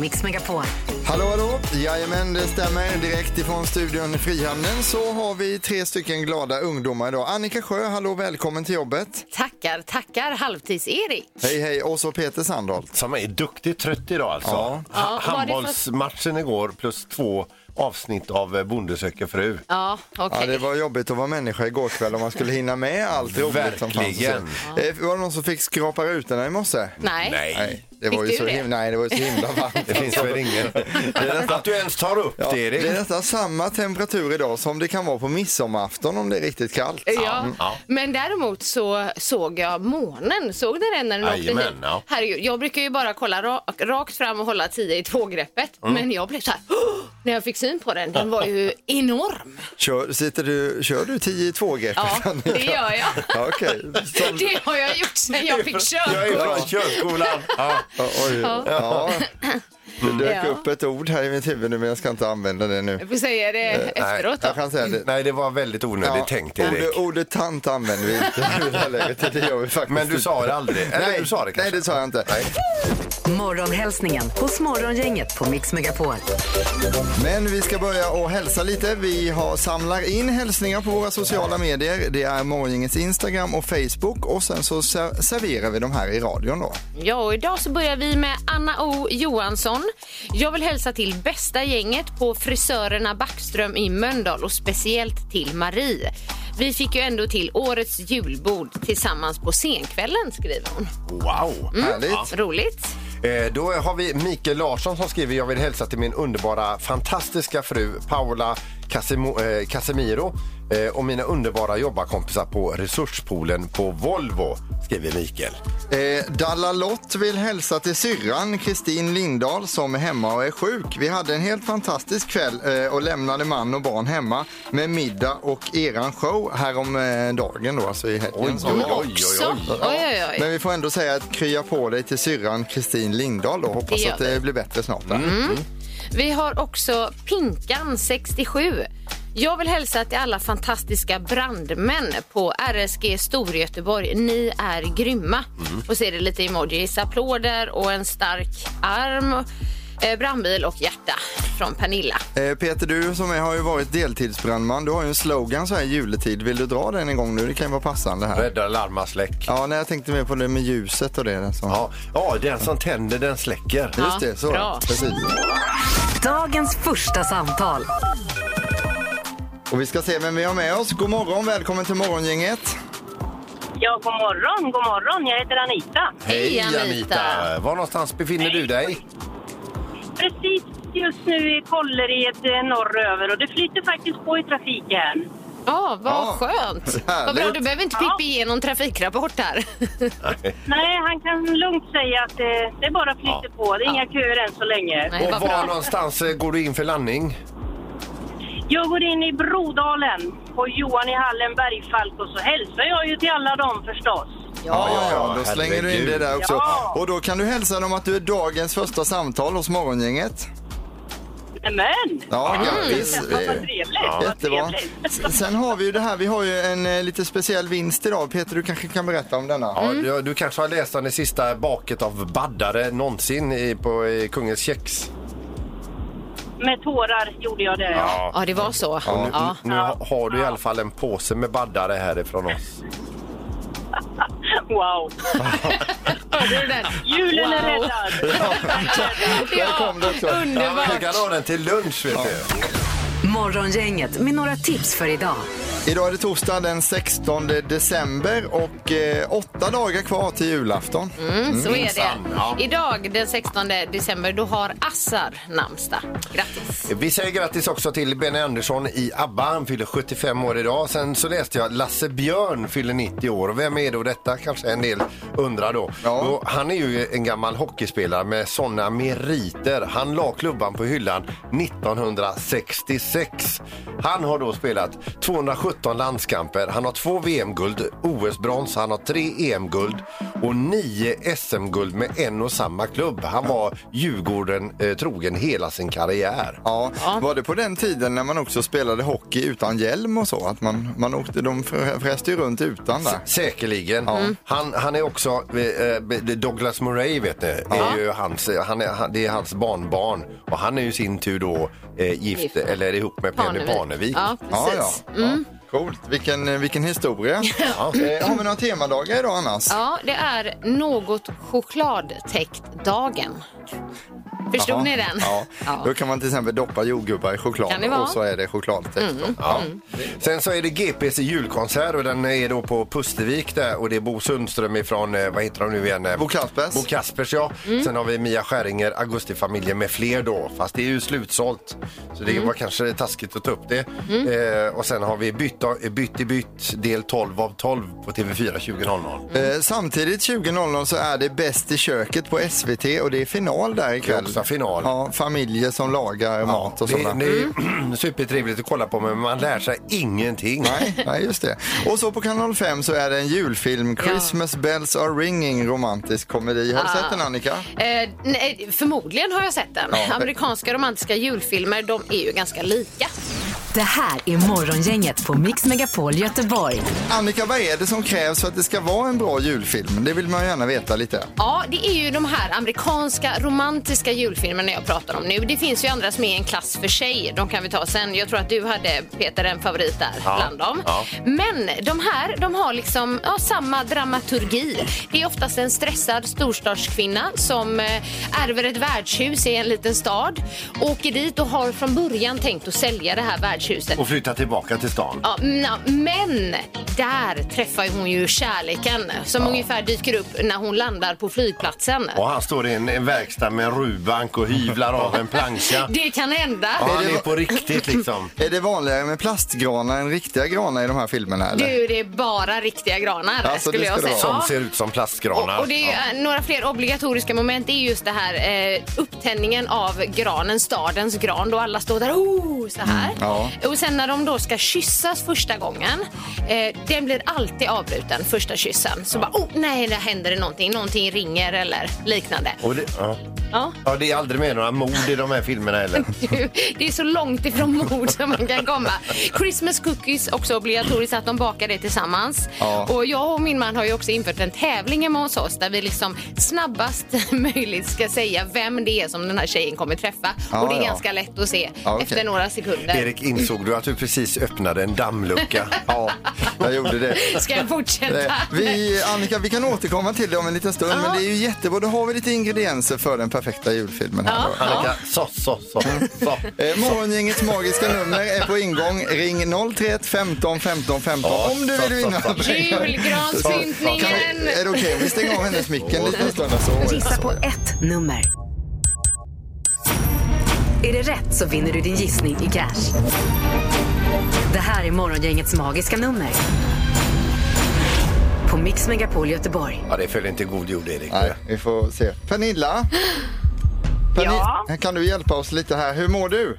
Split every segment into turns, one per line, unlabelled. Mix Megapol.
Hallå, hallå! Jajamän, det stämmer. Direkt ifrån studion i Frihamnen så har vi tre stycken glada ungdomar idag. Annika Sjö, hallå, välkommen till jobbet.
Tackar, tackar halvtids-Erik.
Hej, hej. Och så Peter Sandholt.
Som är duktigt trött idag alltså.
Ja.
Ha-
Ja, var det
Handbollsmatchen igår plus två avsnitt av eh, Bonde söker fru.
Ja, okej.
Ja, det var jobbigt att vara människa igår kväll om man skulle hinna med allt roligt som fanns.
Verkligen.
Eh, Var det någon som fick skrapa rutorna i morse?
Nej.
Nej.
Det var
Fick
ju
du
så
det?
himla, nej, det var ju så himla varmt.
Det finns väl ingen. Att du ens tar upp
Ja,
det Erik.
det är nästan samma temperatur idag som det kan vara på midsommarafton om det är riktigt kallt. Mm.
Ja.
ja.
Men däremot så såg jag månen. Såg ni den när den åkte
Jajamän,
hit?
ja.
Herregud, jag brukar ju bara kolla ra rakt fram och hålla 10 i tvågreppet. Men jag blev så här, "Åh!" när jag fick syn på den. Den var ju enorm.
Kör, sitter du, kör du 10 i 2 grepp?
Ja, det gör jag.
Ja, okej. Som-
Det har jag gjort sedan jag fick
Jag är
körkort.
från körskolan. Ja. Mm.
Ja, Oj, ja. Det dök
Ja.
upp ett ord här i mitt huvud nu men jag ska inte använda det nu.
Jag får säga det efteråt då.
Jag kan säga det.
Nej, Mm. det var väldigt onödigt tänkt Erik.
ordet, ordet tant använder vi inte i det här läget. Det gör vi faktiskt
Men du
inte.
sa det aldrig. Eller
Nej,
du sa det kanske.
nej, det sa jag inte.
Morgonhälsningen hos Morgongänget på Mix Megapol.
Men vi ska börja och hälsa lite. Vi har, samlar in hälsningar på våra sociala medier. Det är Morgongängets Instagram och Facebook och sen så ser- serverar vi dem här i radion då.
Ja, och idag så börjar vi med Anna O Johansson. Jag vill hälsa till bästa gänget på frisörerna Backström i Mölndal och speciellt till Marie. Vi fick ju ändå till årets julbord tillsammans på scenkvällen, skriver hon.
Wow.
Mm.
Härligt.
Roligt.
Eh, Då har vi Mikael Larsson som skriver Jag vill hälsa till min underbara, fantastiska fru Paola Casimo, eh, Casemiro eh, och mina underbara jobbarkompisar på Resurspoolen på Volvo, skriver Mikael.
Eh, Dalalott vill hälsa till syrran Kristin Lindahl som är hemma och är sjuk. Vi hade en helt fantastisk kväll eh, och lämnade man och barn hemma med middag och eran show härom eh, dagen då, alltså i helgen. som
oj,
var.
oj,
Också. Oj, oj, oj.
Men vi får ändå säga att krya på dig till syrran Kristin Lindahl då.
Det
Hoppas
gör
att det blir bättre snart. där.
Mm.
Vi har också Pinkan, 67. Jag vill hälsa till alla fantastiska brandmän på RSG Storgöteborg. Ni är grymma. Och så är det lite emojis, applåder och en stark arm, eh, brandbil och hjärta från Pernilla.
Eh, Peter, du som är, har ju varit deltidsbrandman, du har ju en slogan så här i juletid. Vill du dra den en gång nu? Det kan ju vara passande här.
Rädda, larma, släck. Ja.
Ja, nej, jag tänkte mer på det med ljuset och det. där som-
Ja. den som tänder den släcker.
Just det, så.
bra.
Precis.
Dagens första samtal.
Och vi ska se vem vi har med oss. God morgon, välkommen till morgongänget.
Ja, god morgon, god morgon. Jag heter Anita.
Hej, Anita.
Var någonstans befinner du dig?
Precis just nu i Kållered eh, norröver och det flyter faktiskt på i trafiken.
Ja, vad
Ja,
skönt. Vad bra,
härligt.
du behöver inte pippa igenom trafikrapport här.
Nej, han kan lugnt säga att eh, det, det bara flyter på. Det är inga köer än så länge.
Nej,
Och
vad
var
bra.
någonstans eh, går du in för landning?
Jag går in i Brodalen på Johan i Hallen Bergfalk och så hälsar jag ju till alla dem förstås.
Ja, ja,
ja,
då slänger du in
herregud.
det där också.
Ja.
Och då kan du hälsa dem att du är dagens första samtal hos morgongänget.
Men,
Ja, grattis.
vad
Eh,
trevligt. Vad
Jättebra.
trevligt.
S- Sen har vi ju det här, vi har ju en eh, lite speciell vinst idag. Peter, du kanske kan berätta om denna?
Ja, du, du kanske har läst om det sista baket av baddare någonsin i, på i Kungens kex?
Med tårar gjorde jag det.
Ja, det var så.
Och nu,
Ja.
nu ha- har du i alla fall en påse med baddare härifrån oss.
Wow.
Hörde du den?
Julen är
Wow.
räddad.
Där kom det också.
Ja,
Underbart.
du kan ha den till lunch vet du.
Morgongänget med några tips för idag.
Idag är det torsdag den 16 december och eh, åtta dagar kvar till julafton.
Mm, så är det.
minsann, ja.
Idag den 16 december då har Assar namnsdag. Grattis!
Vi säger grattis också till Benny Andersson i ABBA. Han fyller 75 år idag. Sen så läste jag att Lasse Björn fyller 90 år. Och vem är då detta? Kanske en del undrar då.
Ja.
Och han är ju en gammal hockeyspelare med såna meriter. Han la klubban på hyllan 1966. 2006. Han har då spelat 217 landskamper, han har två VM-guld, OS-brons, han har tre EM-guld och nio SM-guld med en och samma klubb. Han var Djurgården eh, trogen hela sin karriär.
Ja. Var det på den tiden när man också spelade hockey utan hjälm och så? Att man, man åkte, de frä- fräste ju runt utan där.
Säkerligen. Han, han är också, eh, eh, Douglas Murray vet ni, är ju hans, han är, han, det är hans barnbarn. Och han är ju i sin tur då eh, gift,
Gift.
eller ihop med Penny Parnevik.
Ja, precis. Ja,
ja. Coolt, vilken, eh, vilken historia. eh, har vi några temadagar idag annars?
det är något chokladtäckt dagen. Förstod
Jaha.
ni den?
Ja. Då kan man till exempel doppa jordgubbar i choklad
Kan det vara? Mm.
och så är det chokladtäckt. då.
Ja. Sen så är det GPs julkonsert och den är då på Pustervik där och det är Bo Sundström ifrån, eh, vad heter de nu igen?
Bo Kaspers.
Bo Kaspers ja.
Mm.
Sen har vi Mia Skäringer, Augustifamiljen med fler då. Fast det är ju slutsålt. Så
Mm.
det var kanske taskigt att ta upp det. Eh, och sen har vi bytt, av- eh, bytt i bytt del 12 av 12 på TV4 2000.
Mm.
Eh, Samtidigt 20.00 så är det Bäst i köket på SVT och det är final där ikväll.
Det är också final.
Ja, familjer som lagar mat och
det,
sådär.
det är
Mm.
supertrevligt att kolla på men man lär sig ingenting.
Nej, nej, just det. Och så på kanal 5 så är det en julfilm, Christmas bells are ringing, romantisk komedi. Har du sett den Annika?
Eh, nej, förmodligen har jag sett den.
Ja.
Amerikanska romantiska julfilmer, de är ju ganska lika.
Det här är Morgongänget på Mix Megapol Göteborg.
Annika, vad är det som krävs för att det ska vara en bra julfilm? Det vill man gärna veta lite.
Ja, det är ju de här amerikanska romantiska julfilmerna jag pratar om nu. Det finns ju andra som är en klass för sig. De kan vi ta sen. Jag tror att du hade, Peter, en favorit där
Ja,
bland dem.
ja.
Men de här, de har liksom ja, samma dramaturgi. Det är oftast en stressad storstadskvinna som eh, ärver ett värdshus i en liten stad, åker dit och har från början tänkt att sälja det här värdshuset.
Och flytta tillbaka till stan.
Ja, na, men där träffar ju hon ju kärleken som ungefär dyker upp när hon landar på flygplatsen.
Och han står i en, en verkstad med en rubank och hyvlar av en planka.
Det kan hända.
Ja, han är på riktigt liksom.
Är det vanligare med plastgranar än riktiga granar i de här filmerna? Eller?
Du, det är bara riktiga granar
Alltså, det
skulle jag
ska det
säga.
Som
Ja.
ser ut som plastgranar.
Och, och det är ju, eh, några fler obligatoriska moment. Det är just det här eh, upptändningen av granen, stadens gran. Då alla står där oh, så här.
Mm, ja.
Och sen när de då ska kyssas första gången. Eh, den blir alltid avbruten, första kyssen. Så bara oh, nej, där händer det någonting. Någonting ringer eller liknande.
Och det, ja.
Ja.
ja, det är aldrig med några mord i de här filmerna heller.
Du, det är så långt ifrån mord som man kan komma. Christmas cookies också obligatoriskt att de bakar det tillsammans.
Ja.
Och jag och min man har ju också infört en tävling hemma hos oss där vi liksom snabbast möjligt ska säga vem det är som den här tjejen kommer träffa.
Ja,
och det är
ja.
ganska lätt att se
Ja, okej.
efter några sekunder.
Erik, insåg du att du precis öppnade en dammlucka?
Ja, jag gjorde det.
Ska jag fortsätta?
Eh, Vi, Annika, vi kan återkomma till det om en liten stund, men det är ju jättebra. Då har vi lite ingredienser för den perfekta julfilmen här. Då.
Annika, så, så, så, så.
Eh, morgongängets magiska nummer är på ingång. Ring 031 15 15 15 om du vill vinna.
Ja,
Kan
Julgranspyntningen!
vi- Är det okej om vi stänger av hennes mick en liten stund? Så.
Gissa på ett nummer. Är det rätt så vinner du din gissning i cash. Det här är Morgongängets magiska nummer. På Mix Megapol Göteborg.
Ja, det föll inte god jord, Erik.
Nej, vi får se. Pernilla?
Ja?
Perni- Kan du hjälpa oss lite här? Hur mår du?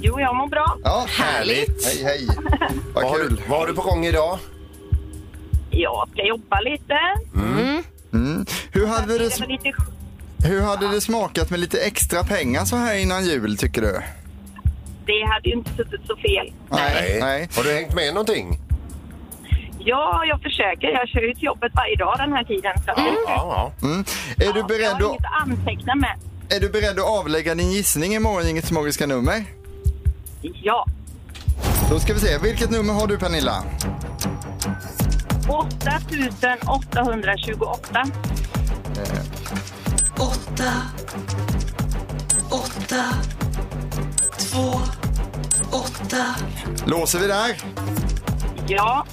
Jo, jag mår bra.
Ja.
Härligt.
Hej, hej.
Vad
Vad
har, du,
kul.
vad har du på gång idag?
Jag ska jobba lite.
Mm. Hur hade, det,
Det var
sm-
lite...
hur hade det smakat med lite extra pengar så här innan jul, tycker du?
Det hade ju inte suttit så fel.
Nej.
Har du hängt med någonting?
Ja, jag försöker. Jag kör ju till jobbet varje dag den här tiden. Så att-
Ja, ja.
Mm. Är, du
Jag
beredd
har inget
att,
att anteckna med.
är du beredd att avlägga din gissning i morgongängets magiska nummer?
Ja.
Då ska vi se. Vilket nummer har du, Pernilla?
8828.
8 8 2 8
Låser vi där?
Ja.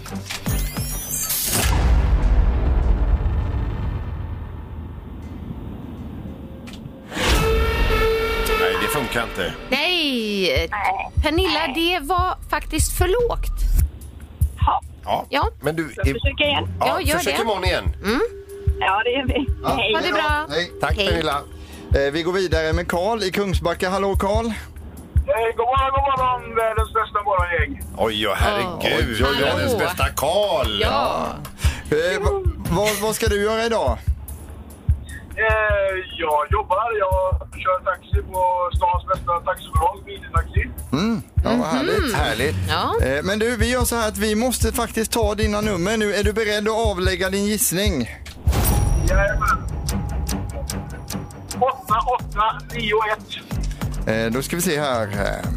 Nej, det funkar inte.
Nej, Pernilla, det var faktiskt för lågt.
ja.
Ja.
Ja.
Men du,
Jag försöker igen.
Ja, gör
försök
det.
imorgon igen.
Ja, det är vi. Hej.
Ha det bra.
Hej.
Tack,
Hej.
Pernilla.
Eh, Vi går vidare med Karl i Kungsbacka. Hallå, Karl.
Eh, God morgon, god morgon, världens bästa morgongäng.
Oj, oh, herregud.
Oj, oj, oj.
Världens bästa Karl.
Ja.
Eh, va- vad, vad ska du göra idag?
Eh, Jag jobbar, jag kör taxi på stans bästa taxibolag, minitaxi.
Ja, vad härligt.
Härligt.
ja.
Eh, Men du, vi gör så här att vi måste faktiskt ta dina nummer nu. Är du beredd att avlägga din gissning?
Jajamän. 8891.
Eh, Då ska vi se här. Eh,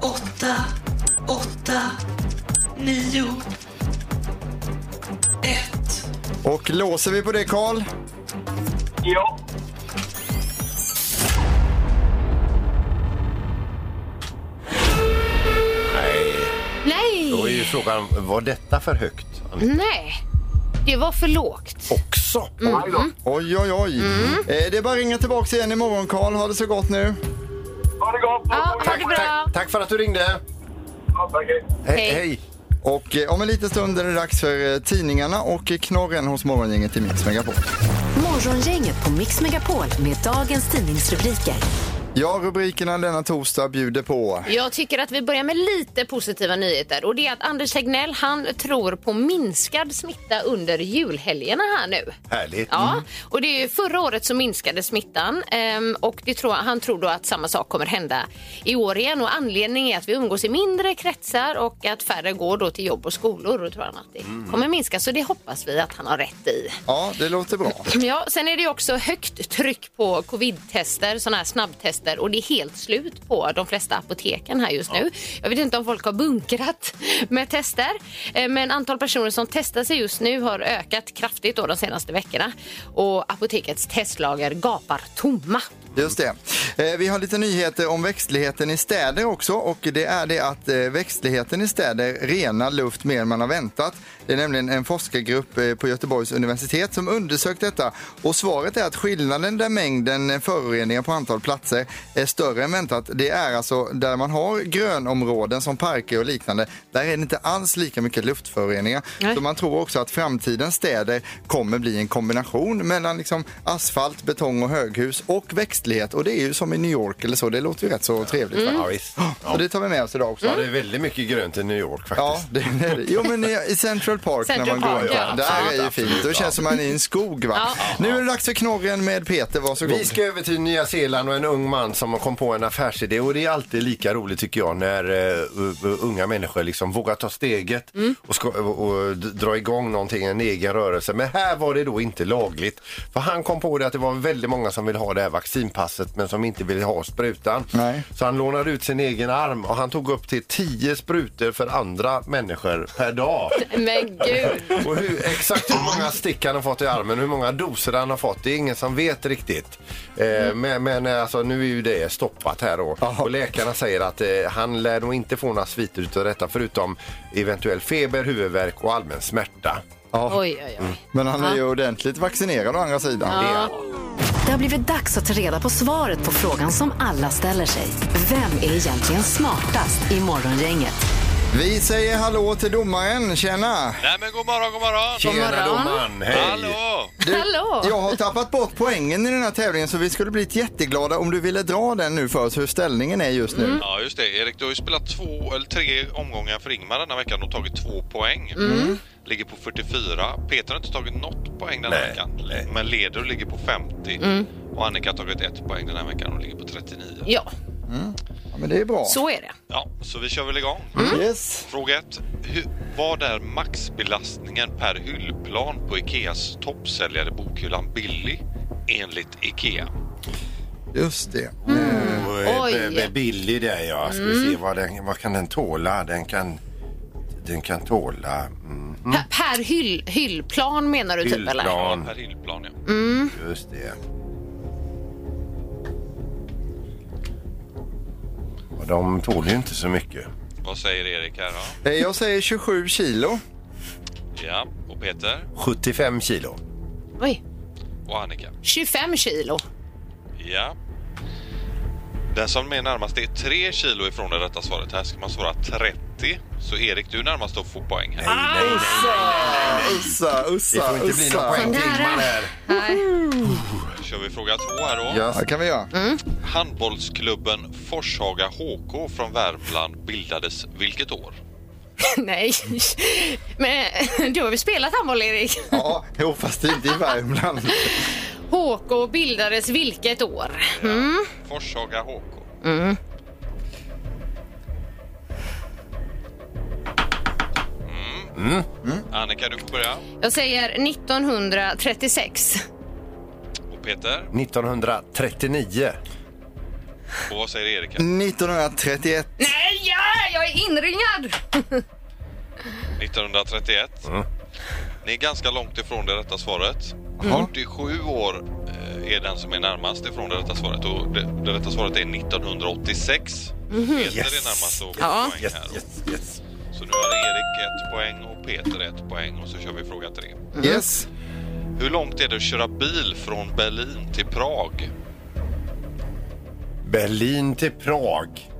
åtta, åtta, nio, ett.
Och låser vi på det, Karl?
Ja.
Nej, då är
Nej.
ju frågan, var detta för högt?
Nej. Det var för lågt.
Också.
Aj då.
Mm. Oj, oj, oj. Eh, Det är bara att ringa tillbaka igen imorgon, Karl. Ha det så gott nu.
Ha det gott.
Ja, ha det bra.
Tack, tack för att du ringde.
Ja, tack, hej.
Hej.
Hej.
hej.
Och eh, om en liten stund är det dags för eh, tidningarna och eh, knorren hos Morgongänget i Mix Megapol.
Morgongänget på Mix Megapol med dagens tidningsrubriker.
Ja, rubrikerna denna torsdag bjuder på.
Jag tycker att vi börjar med lite positiva nyheter och det är att Anders Tegnell han tror på minskad smitta under julhelgerna här nu.
Härligt.
Ja, och det är ju förra året som minskade smittan ehm, och det tror, han tror då att samma sak kommer hända i år igen och anledningen är att vi umgås i mindre kretsar och att färre går då till jobb och skolor och tror han att det kommer minska så det hoppas vi att han har rätt i.
Ja, det låter bra.
Ja, sen är det ju också högt tryck på covid-tester, sådana här snabbtester och det är helt slut på de flesta apoteken här just nu. Jag vet inte om folk har bunkrat med tester, eh, men antal personer som testar sig just nu har ökat kraftigt då de senaste veckorna och apotekets testlager gapar tomma.
Just det. Eh, Vi har lite nyheter om växtligheten i städer också och det är det att eh, växtligheten i städer renar luft mer än man har väntat. Det är nämligen en forskargrupp eh, på Göteborgs universitet som undersökt detta och svaret är att skillnaden där mängden eh, föroreningar på antal platser är större än väntat, det är alltså där man har grönområden som parker och liknande, där är det inte alls lika mycket luftföroreningar.
Nej.
Så man tror också att framtidens städer kommer bli en kombination mellan liksom asfalt, betong och höghus och växtlighet. Och det är ju som i New York eller så, det låter ju rätt så trevligt. va?
Mm. Ja, Mm. visst.
Mm.
Så det tar vi med oss idag också.
Ja, det är väldigt mycket grönt i New York faktiskt.
Ja, det är det. Jo, men i- i Central Park
Central
när man går
Park,
runt
ja,
där. Där
absolut,
är ju fint. Då
absolut, ja.
känns det som man är i en skog. Va?
Ja.
Nu är det dags för knorren med Peter. Varsågod.
Vi ska över till Nya Zeeland och en ung man som kom på en affärsidé och det är alltid lika roligt tycker jag när eh, u- u- unga människor liksom vågar ta steget och, ska, och, och d- dra igång någonting, en egen rörelse. Men här var det då inte lagligt. För han kom på det att det var väldigt många som vill ha det här vaccinpasset men som inte vill ha sprutan.
Nej.
Så han lånade ut sin egen arm och han tog upp till 10 sprutor för andra människor per dag.
Men gud!
Och hur, exakt hur många stick han har fått i armen, hur många doser han har fått, det är ingen som vet riktigt. Eh, Men, men eh, alltså, nu är ju det stoppat här då. Och läkarna säger att eh, han lär nog inte få några sviter utav detta förutom eventuell feber, huvudvärk och allmän smärta.
Ja,
Oj, oj, oj.
men han är ju ordentligt vaccinerad å andra sidan.
Det är-
Det har blivit dags att ta reda på svaret på frågan som alla ställer sig. Vem är egentligen smartast i Morgongänget?
Vi säger hallå till domaren. Tjena!
Nej men god morgon, god morgon!
Tjena
morgon.
domaren, hej!
Hallå!
Hallå!
Jag har tappat bort poängen i den här tävlingen så vi skulle blivit jätteglada om du ville dra den nu för oss, hur ställningen är just nu.
Mm.
Ja just det, Erik du har ju spelat två eller tre omgångar för Ingmar den här veckan och tagit två poäng. Ligger på 44. Peter har inte tagit något poäng den här
Nej,
veckan.
nej.
Men leder och ligger på 50. Och Annika har tagit ett poäng den här veckan och ligger på 39.
Ja,
Ja, men det är bra. Mm.
så Mm. är det.
Ja, så vi kör väl igång.
Yes.
Fråga 1. Vad är maxbelastningen per hyllplan på Ikeas toppsäljare bokhyllan Billy enligt Ikea?
Just det.
Och, eh,
Oj. Mm.
b- b- Billig där ja, ska vi se vad, den, vad kan den tåla? Den kan, den kan tåla mm,
Per, per hyll, hyllplan menar du typ eller?
Ja,
hyllplan,
per hyllplan ja.
just det. Och de tål ju inte så mycket.
Vad säger Erik här då?
Eh, Jag säger 27 kilo.
Ja, och Peter
75 kilo.
Oj,
och Annika.
25 kilo.
Ja. Den som är närmast är 3 kilo ifrån det rätta svaret. Här ska man svara 30. Så Erik, du är närmast att få poäng här.
Ussa,
Det
ussa,
får inte bli någon
ussa.
poäng till
Nära.
Ingmar här.
Nej.
kör vi fråga två här då.
Yes.
Ja, det kan vi göra.
Mm.
Handbollsklubben Forshaga HK från Värmland bildades vilket år?
Nej, men du har ju spelat handboll, Erik.
Ja, jo, fast det är inte i Värmland.
HK bildades vilket år? Mm.
Forshaga HK. Mm. Annika, du får börja.
Jag säger 1936.
Och Peter,
1939.
och vad säger Erika?
1931.
Nej, ja, jag är inringad!
1931. Ni är ganska långt ifrån det rätta svaret. 47 år eh, är den som är närmast ifrån det rätta svaret och det, det rätta svaret är 1986. Peter är närmast och får
Ja.
poäng här. Så nu har Erik ett poäng och Peter ett poäng och så kör vi fråga tre.
Mm.
Yes.
Hur långt är det att köra bil från Berlin till Prag?
Berlin till Prag.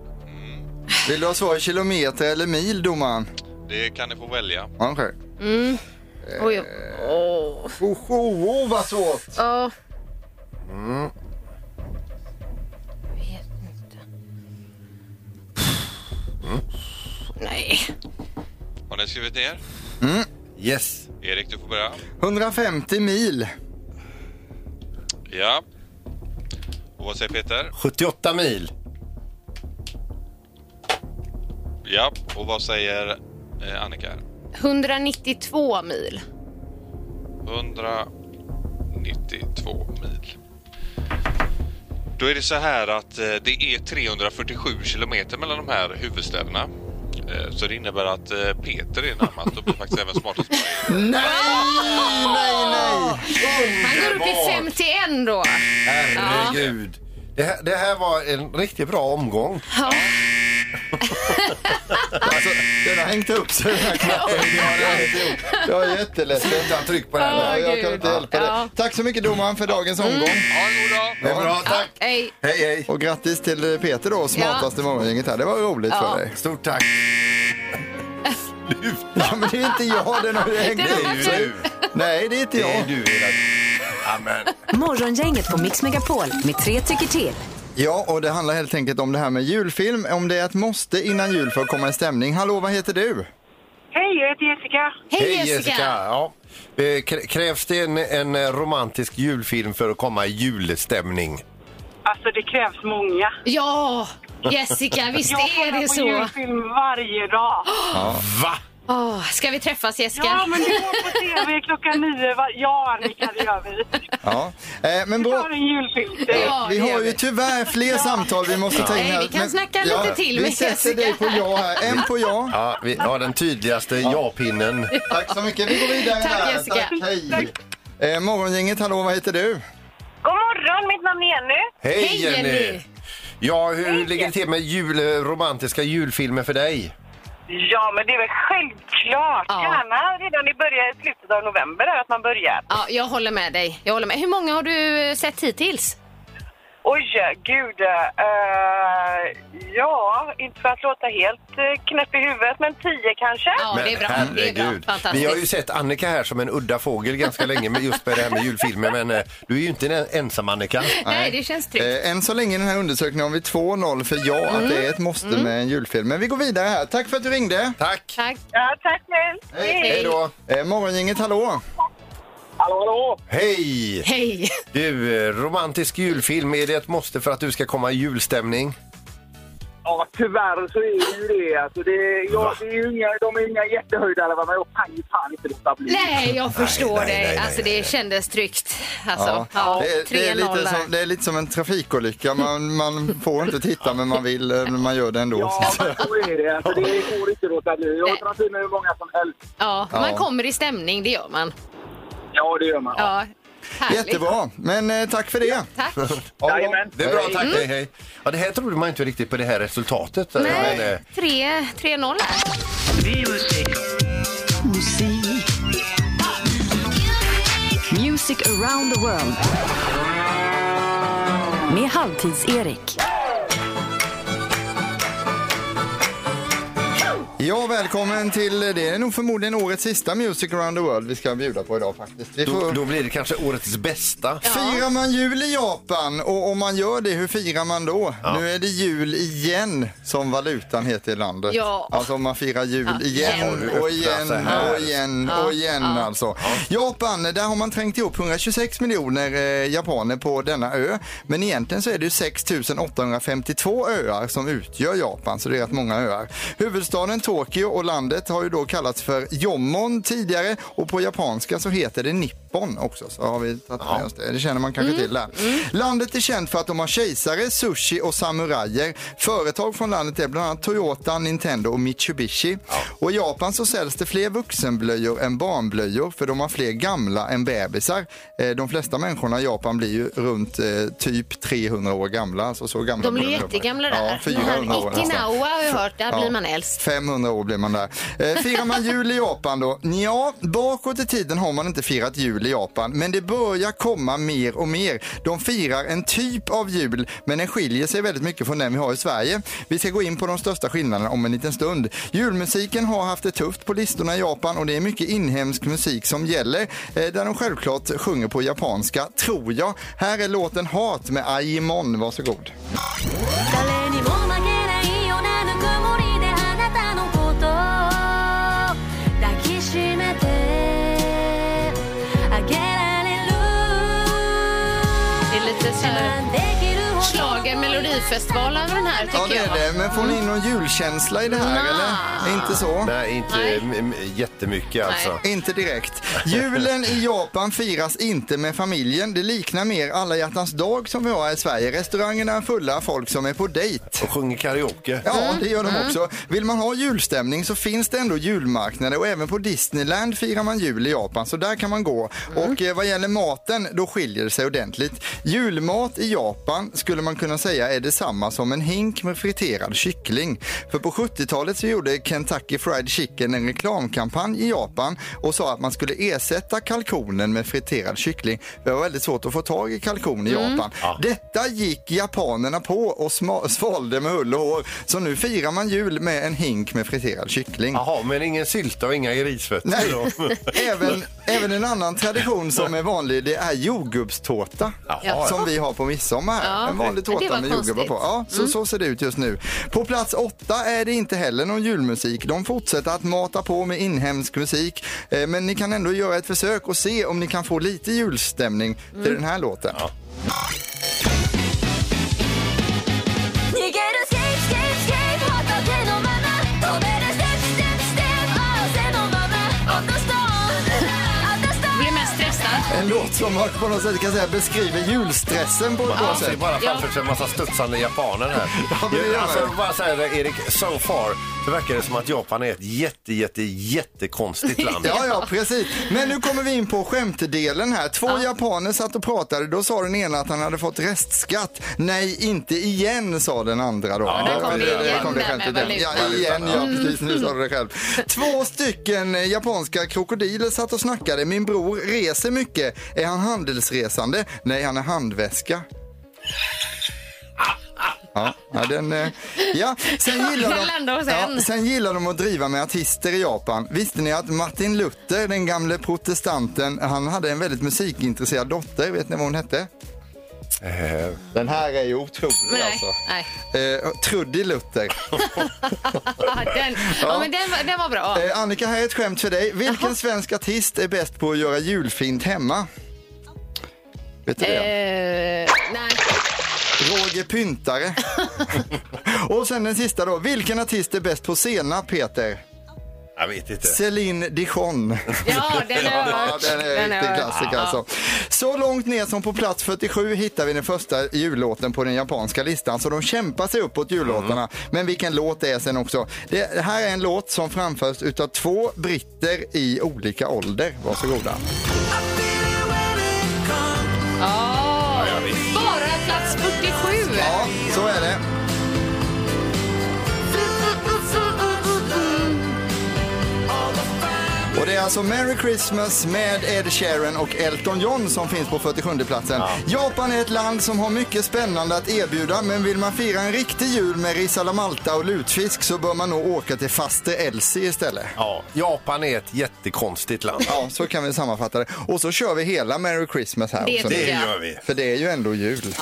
Vill du ha svar i kilometer eller mil, domaren?
Det kan ni få välja.
Ja, Okej.
Mm. Oj, åh.
Oh, oh, oh, vad svårt!
Ja. Mm. Vet inte. Mm. Nej.
Har ni skrivit ner?
Yes.
Erik, du får börja.
150 mil.
Ja. Och vad säger Peter?
78 mil.
Ja. Och vad säger eh, Annika?
192 mil.
192 mil. Då är det så här att eh, det är 347 kilometer mellan de här huvudstäderna. Eh, Så det innebär att eh, Peter är närmast och blir faktiskt även smartast. på det.
Nej, nej, nej!
Han går upp i 51 då.
Herregud. Det, här, det här var en riktigt bra omgång.
Alltså, den har hängt upp sig den här knappen. Det har den hängt ihop. Jag är jätteledsen.
Utan tryck på den.
Åh,
Ja,
här.
Jag kan inte hjälpa
Ja. Mm.
dig. Tack så mycket domaren för dagens omgång.
Ja, jodå.
Det är bra, tack.
Hej.
Hej, hej.
Och grattis till Peter då, smartaste morgongänget här. Det var roligt för dig.
Stort tack.
Ja, men det är inte jag, den har ju hängt
Den har
upp
varit
sig. Nej, det är inte
Det är
jag.
du hela Amen.
Morgongänget på Mix Megapol med tre tycker till.
Ja, och det handlar helt enkelt om det här med julfilm. Om det är ett måste innan jul för att komma i stämning. Hallå, vad heter du?
Hej, jag heter Jessica.
Hej Jessica.
Ja. Eh, krä- Krävs det en, en romantisk julfilm för att komma i julstämning?
Alltså det krävs många.
Ja, Jessica, visst
Jag
är det
kollar på
så.
julfilm varje dag.
Va?
Åh, Ska vi träffas
Ja,
Jessica?
men det går på tv klockan nio. var- Ja, Annika, det gör vi.
Ja, eh, men
Vi
bra.
tar en julfilm.
Ja,
Vi
det gör
har ju
vi.
tyvärr fler samtal vi måste ta in
Nej,
här.
vi kan snacka lite till
Vi
med
sätter
Jessica.
dig på ja här. En på ja.
Ja, vi har den tydligaste ja-pinnen.
Tack så mycket. Vi går vidare
Tack,
här.
Jessica.
Tack, hej. Eh, morgongänget, hallå, vad heter du?
God morgon, mitt namn är Jenny.
Hej,
Hej,
Jenny!
Jenny.
Ja, hur ligger det till med jul, eh, romantiska julfilmer för dig?
Ja, men det är väl självklart.
Ja.
Gärna redan i början, i slutet av november är att man börjar.
Ja, jag håller med dig. Jag håller med. Hur många har du eh, sett hittills?
Oj, gud. eh, ja, inte för att låta helt eh, knäpp i huvudet, men tio kanske.
Ja, det är bra. Det är bra. Fantastiskt.
Vi har ju sett Annika här som en udda fågel ganska länge med just med det här med julfilmer. Men eh, du är ju inte en ensam Annika.
Nej, det känns tryggt.
Eh, än så länge i den här undersökningen har vi 2-0 för ja, att det är ett måste
Mm.
med en julfilm. Men vi går vidare här. Tack för att du ringde.
Tack!
Tack.
Ja, tack själv.
Hej då!
Eh, morgongänget, hallå.
Hallå, hallå!
Hej!
Hej.
Du, eh, romantisk julfilm, är det ett måste för att du ska komma i julstämning?
Ja, tyvärr så är det ju det. Alltså, det,
Va?
ja, det är ju inga, de är inga jättehöjdare, va, men jag kan ju fan inte låta bli.
Nej, jag förstår
nej, nej,
dig.
nej,
Alltså,
nej,
det kändes tryggt. Alltså, ja,
det, är- det,
3-0
är lite
där.
som, det är lite som en trafikolycka. Man, man får inte titta, men man vill, eh, men man gör det ändå.
Ja, men så är det. Alltså, det går inte att låta bli. Jag har dragit in hur många som helst.
Ja,
Ja.
man kommer i stämning, det gör man.
Ja, det gör man.
Ja, härligt.
Jättebra, men eh, tack för det.
Tack.
Jajamän.
Det är bra, tack. Hej, Mm. hej. Ja, det här trodde man inte riktigt på det här resultatet. Men, eh,
Nej, tre- 3-0 här.
Music around the world. Med Halvtids-Erik.
Ja, välkommen till, eh, det är nog förmodligen årets sista Music around the world vi ska bjuda på idag faktiskt. Vi
Då,
får...
då blir det kanske årets bästa.
Firar man jul i Japan och om man gör det, hur firar man då? Nu är det jul igen som valutan heter i landet.
Ja.
Alltså om man firar jul
Ja,
igen
igen.
och
Öppna så
igen
här.
och igen
Ja,
och igen
ja.
alltså. Japan, där har man trängt ihop 126 miljoner eh, japaner på denna ö. Men egentligen så är det ju 6 852 öar som utgör Japan, så det är rätt många öar. Huvudstaden Tokyo och landet har ju då kallats för Jommon tidigare och på japanska så heter det Nippon också. Så har vi tagit med oss det. Det känner man kanske
Mm.
till där. Landet är känt för att de har kejsare, sushi och samurajer. Företag från landet är bland annat Toyota, Nintendo och Mitsubishi. Och i Japan så säljs det fler vuxenblöjor än barnblöjor för de har fler gamla än bebisar. Eh, De flesta människorna i Japan blir ju runt eh, typ 300 år gamla. Alltså så gamla
De blir
blir de.
jättegamla
Ja,
där. Den
400 år
här
nästan.
Ikinawa har jag hört, där
Ja,
blir man äldst.
500 år blir man där. Eh, firar man jul i Japan då? Ja, bakåt i tiden har man inte firat jul i Japan, men det börjar komma mer och mer. De firar en typ av jul, men den skiljer sig väldigt mycket från den vi har i Sverige. Vi ska gå in på de största skillnaderna om en liten stund. Julmusiken har haft det tufft på listorna i Japan och det är mycket inhemsk musik som gäller, eh, där de självklart sjunger på japanska, tror jag. Här är låten Hat med Aimon, varsågod.
誰にも負けないようなぬくもりであなたのことを抱きしめてあげられる
Det är lite så här
自慢できるほど
slagen melodifestivalen över den här
Ja,
tycker
det är
jag.
det. Men får ni in någon julkänsla i det här
Nja.
eller? Inte så?
Nej, inte
Nej.
m- m- jättemycket alltså.
Inte direkt. Julen i Japan firas inte med familjen. Det liknar mer alla hjärtans dag som vi har här i Sverige. Restaurangerna är fulla av folk som är på dejt.
Och sjunger karaoke.
Ja,
Mm,
det gör de också. Vill man ha julstämning så finns det ändå julmarknader och även på Disneyland firar man jul i Japan, så där kan man gå.
Mm.
Och eh, vad gäller maten, då skiljer det sig ordentligt. Julmat i Japan skulle man kunna säga är detsamma som en hink med friterad kyckling. För på 70-talet så gjorde Kentucky Fried Chicken en reklamkampanj i Japan och sa att man skulle ersätta kalkonen med friterad kyckling. Det var väldigt svårt att få tag i kalkon i Japan. Detta gick japanerna på och sma- svalde med hull och hår. Så nu firar man jul med en hink med friterad kyckling.
Jaha, men ingen sylta och inga grisfötter
Nej.
då?
Även, även en annan tradition som är vanlig det är jordgubbstårta.
Jaha.
Som vi har på midsommar.
Ja.
En vanlig
Men det
tårta
var Mm.
med jordgubbar på. Ja, så, så ser det ut just nu. På plats åtta är det inte heller någon julmusik. De fortsätter att mata på med inhemsk musik. Eh, Men ni kan ändå göra ett försök och se om ni kan få lite julstämning till
Mm.
den här låten.
逃げるスケープスケープスケープ畑のまま飛べるステップステップステップ合わせのまま落とストーン落とストーン
Blir mest stressad.
En låt som man på något sätt kan säga beskriver julstressen på ett bra
Man ser
sätt.
bara framför sig en massa studsande japaner här.
Ja, men det gör
alltså,
det.
bara säga det, Erik, so far så verkar det som att Japan är ett jätte, jätte, jättekonstigt land.
Ja, ja, precis. Men nu kommer vi in på skämtdelen här. Två japaner satt och pratade. Då sa den ena att han hade fått restskatt. Nej, inte igen, sa den andra då.
Ja, där kom det igen Mm.
kom det
där med
skämtet
valutan.
igen. Ja, igen, ja, precis. Nu sa du det själv. Två stycken eh, japanska krokodiler satt och snackade. Min bror reser mycket. Är han handelsresande? Nej, han är handväska. Ja, ja, den, eh, ja. Sen, gillar
Man landar hos
de, ja,
en.
sen gillar de att driva med artister i Japan. Visste ni att Martin Luther, den gamle protestanten, han hade en väldigt musikintresserad dotter. Vet ni vad hon hette?
Eh,
Den här är ju otrolig
Nej,
alltså.
nej.
Eh, Truddy Luther.
Ah, Den, ja, men den, var- den var bra.
Eh, Annika, här är ett skämt för dig. Vilken svensk artist är bäst på att göra julfint hemma? Vet du det?
Eh, nej.
Roger Pyntare. Och sen den sista då. Vilken artist är bäst på senap, Peter?
jag vet inte.
Céline Dijon.
Ja, den har jag
Ja,
hört.
den är en
har jag
riktig
hört.
klassiker
Ja.
alltså. Så långt ner som på plats 47 hittar vi den första jullåten på den japanska listan. Så de kämpar sig uppåt jullåtarna. Men vilken låt det är sen också. Det här är en låt som framförs utav två britter i olika ålder. Varsågoda.
Ja. Bara plats 47.
Ja, så är det. Och det är alltså Merry Christmas med Ed Sheeran och Elton John som finns på 47 platsen. Japan är ett land som har mycket spännande att erbjuda men vill man fira en riktig jul med ris alla malta och lutfisk så bör man nog åka till faster Elsie istället.
Ja, Japan är ett jättekonstigt land.
Ja, så kan vi sammanfatta det. Och så kör vi hela Merry Christmas här
Det
också.
tycker
Det
Ja.
gör vi.
För det är ju ändå jul.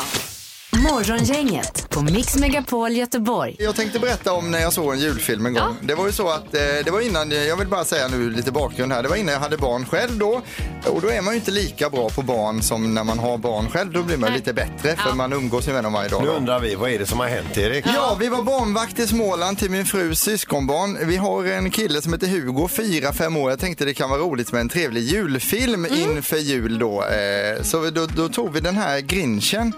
Morgongänget på Mix Megapol Göteborg.
Jag tänkte berätta om när jag såg en julfilm en gång. Det var ju så att eh, det var innan, jag vill bara säga nu lite bakgrund här, det var innan jag hade barn själv då. Och då är man ju inte lika bra på barn som när man har barn själv. Då blir man ju lite bättre för man umgås ju med dem varje dag.
Nu
då.
undrar vi, vad är det som har hänt Erik?
Ja, vi var barnvakt i Småland till min frus syskonbarn. Vi har en kille som heter Hugo, fyra fem år. Jag tänkte det kan vara roligt med en trevlig julfilm inför jul då. Eh, Så då, då tog vi den här Grinchen.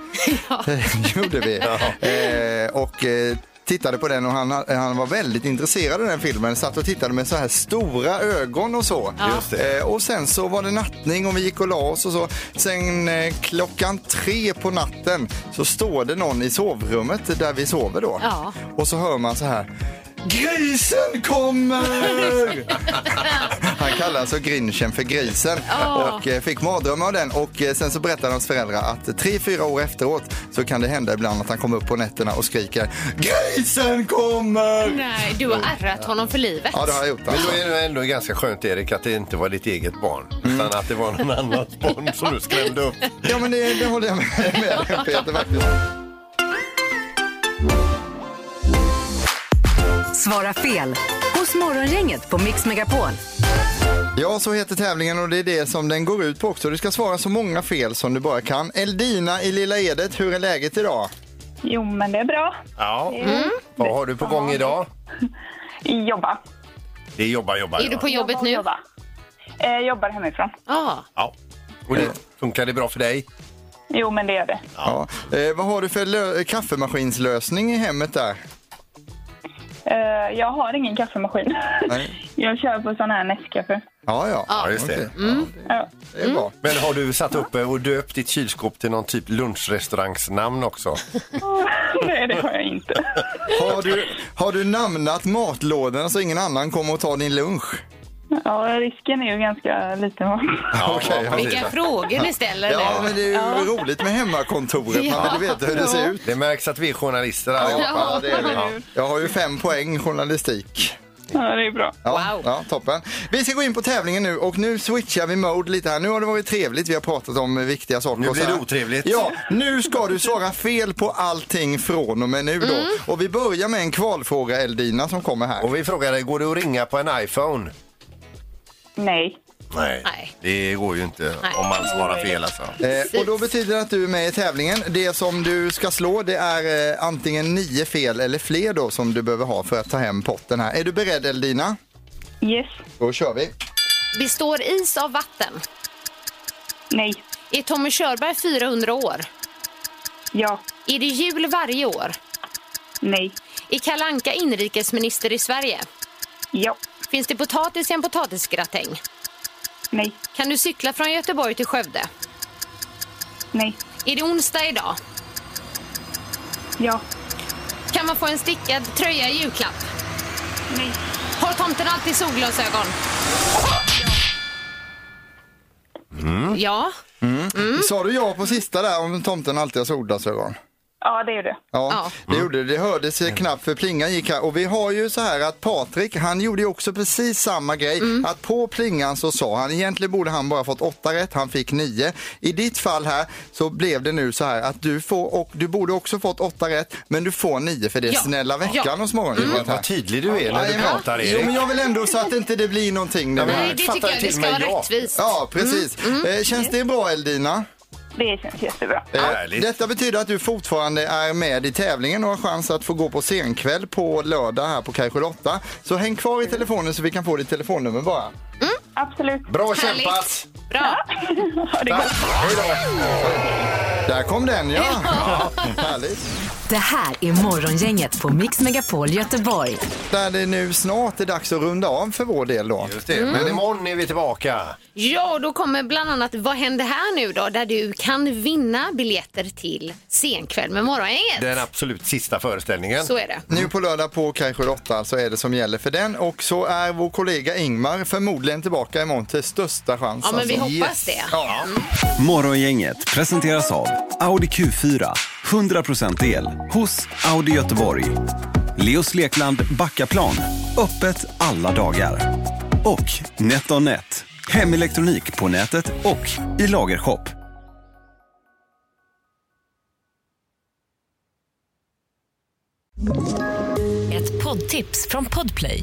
gjorde vi. Eh, Och eh, tittade på den och han, han var väldigt intresserad av den filmen. Satt och tittade med så här stora ögon och så.
Just det.
Eh, Och sen så var det nattning och vi gick och la oss och så. Sen eh, klockan tre på natten så står det någon i sovrummet där vi sover då.
Ja.
Och så hör man så här. Grisen kommer! Han kallar alltså grinchen för grisen
Ja.
och eh, fick mardrömmar av den. Och eh, sen så berättade hans föräldrar att tre, fyra år efteråt så kan det hända ibland att han kommer upp på nätterna och skriker Grisen kommer!
Nej, du har ärrat honom för livet.
Ja, det har jag gjort.
Men
Alltså.
då är det ändå ganska skönt Erik att det inte var ditt eget barn utan att det var någon annans barn som du skrämde upp.
Ja, men det, det håller jag med med dig om, Peter faktiskt.
Svara fel hos Morgongänget på Mix Megapol.
Ja, så heter tävlingen och det är det som den går ut på också. Du ska svara så många fel som du bara kan. Eldina i Lilla Edet, hur är läget idag?
Jo, men det är bra.
Ja.
Mm.
Vad har du på gång idag?
Jobba.
Det är jobba, jobba.
Är du på jobbet nu?
Jobba. Eh, jobbar hemifrån.
Ja.
Ja. Och det, funkar det bra för dig?
Jo, men det gör det.
Ja. Eh, vad har du för lö- kaffemaskinslösning i hemmet där?
Eh, jag har ingen kaffemaskin.
Nej.
Jag kör på sån här Nescafe.
Ja, ja.
Ja, just det.
Okej.
Ja.
Det är bra.
Men har du satt upp eh, och döpt ditt kylskåp till någon typ lunchrestaurangsnamn också?
Nej, det har jag inte.
Har du, har du namnat matlådorna så ingen annan kommer och tar din lunch?
Ja, risken är ju ganska liten. va?
Ja,
Okej, ja.
precis.
Vilka frågor ni ställer
Ja,
nu.
men det är ju roligt med hemmakontoret. Man vill ju veta hur det ser ut.
Det märks att vi är journalister allihopa.
Ja, det är det. Jag har ju fem poäng journalistik.
Ja, det är bra.
Ja,
Wow.
ja, toppen. Vi ska gå in på tävlingen nu och nu switchar vi mode lite här. Nu har det varit trevligt, vi har pratat om viktiga saker.
Nu
och så
blir det
här.
otrevligt.
Ja, nu ska du svara fel på allting från och med nu då. Och vi börjar med en kvalfråga Eldina som kommer här.
Och vi frågar dig, går det att ringa på en iPhone?
Nej.
Nej,
Nej.
det går ju inte
Nej.
om man svarar fel alltså.
Eh, och då betyder det att du är med i tävlingen. Det som du ska slå det är eh, antingen nio fel eller fler då som du behöver ha för att ta hem potten här. Är du beredd Eldina?
Yes.
Då kör vi.
Består is av vatten?
Nej.
Är Tommy Körberg 400 år?
Ja.
Är det jul varje år?
Nej.
Är Kalle Anka inrikesminister i Sverige?
Ja.
Finns det potatis i en potatisgratäng?
Nej.
Kan du cykla från Göteborg till Skövde?
Nej.
Är det onsdag idag?
Ja.
Kan man få en stickad tröja i julklapp?
Nej.
Har tomten alltid solglasögon? Ja.
Sa du ja på sista där om tomten alltid har solglasögon?
Ja, det är det.
Ja,
Ja.
det gjorde det. Det hördes
Mm.
eh, knappt för plingan gick här. Och vi har ju så här att Patrik, han gjorde ju också precis samma grej.
Mm.
Att på plingan så sa han, egentligen borde han bara fått åtta rätt, han fick nio. I ditt fall här så blev det nu så här att du får, och du borde också fått åtta rätt, men du får nio för det är
Ja.
snälla veckan
Ja. Mm.
hos morgongänget
Vad
här.
tydlig du är när du
Jajamän.
pratar
Jo, men
Erik.
jag vill ändå så att inte det blir någonting. Nu.
Nej, det tycker
fattar
jag.
till
Det ska
och
vara
med jag.
rättvist.
Ja, precis.
Mm.
Eh, Känns det bra Eldina?
Det känns jättebra.
Eh,
Härligt.
Detta betyder att du fortfarande är med i tävlingen och har chans att få gå på scenkväll på lördag här på Kajsjö 8. Så häng kvar i telefonen så vi kan få ditt telefonnummer bara.
Absolut.
Bra
Härligt.
kämpat!
Bra.
Ha det gott.
Hej då!
Där kom den ja. ja. Härligt.
Det här är Morgongänget på Mix Megapol Göteborg.
Där det nu snart är dags att runda av för vår del då.
Just det. Men imorgon är vi tillbaka.
Ja, då kommer bland annat Vad händer här nu då? Där du kan vinna biljetter till Senkväll med Morgongänget.
Den absolut sista föreställningen.
Så är det.
Nu på lördag på Kajsjö 8 så är det som gäller för den och så är vår kollega Ingmar förmodligen tillbaka imorgon till största chans.
Ja, men vi
alltså.
hoppas det.
Ja.
Morgongänget presenteras av Audi Q4. 100% el hos Audi Göteborg. Leos Lekland Backaplan. Öppet alla dagar. Och NetOnNet. Hemelektronik på nätet och i lagershop.
Ett poddtips från Podplay.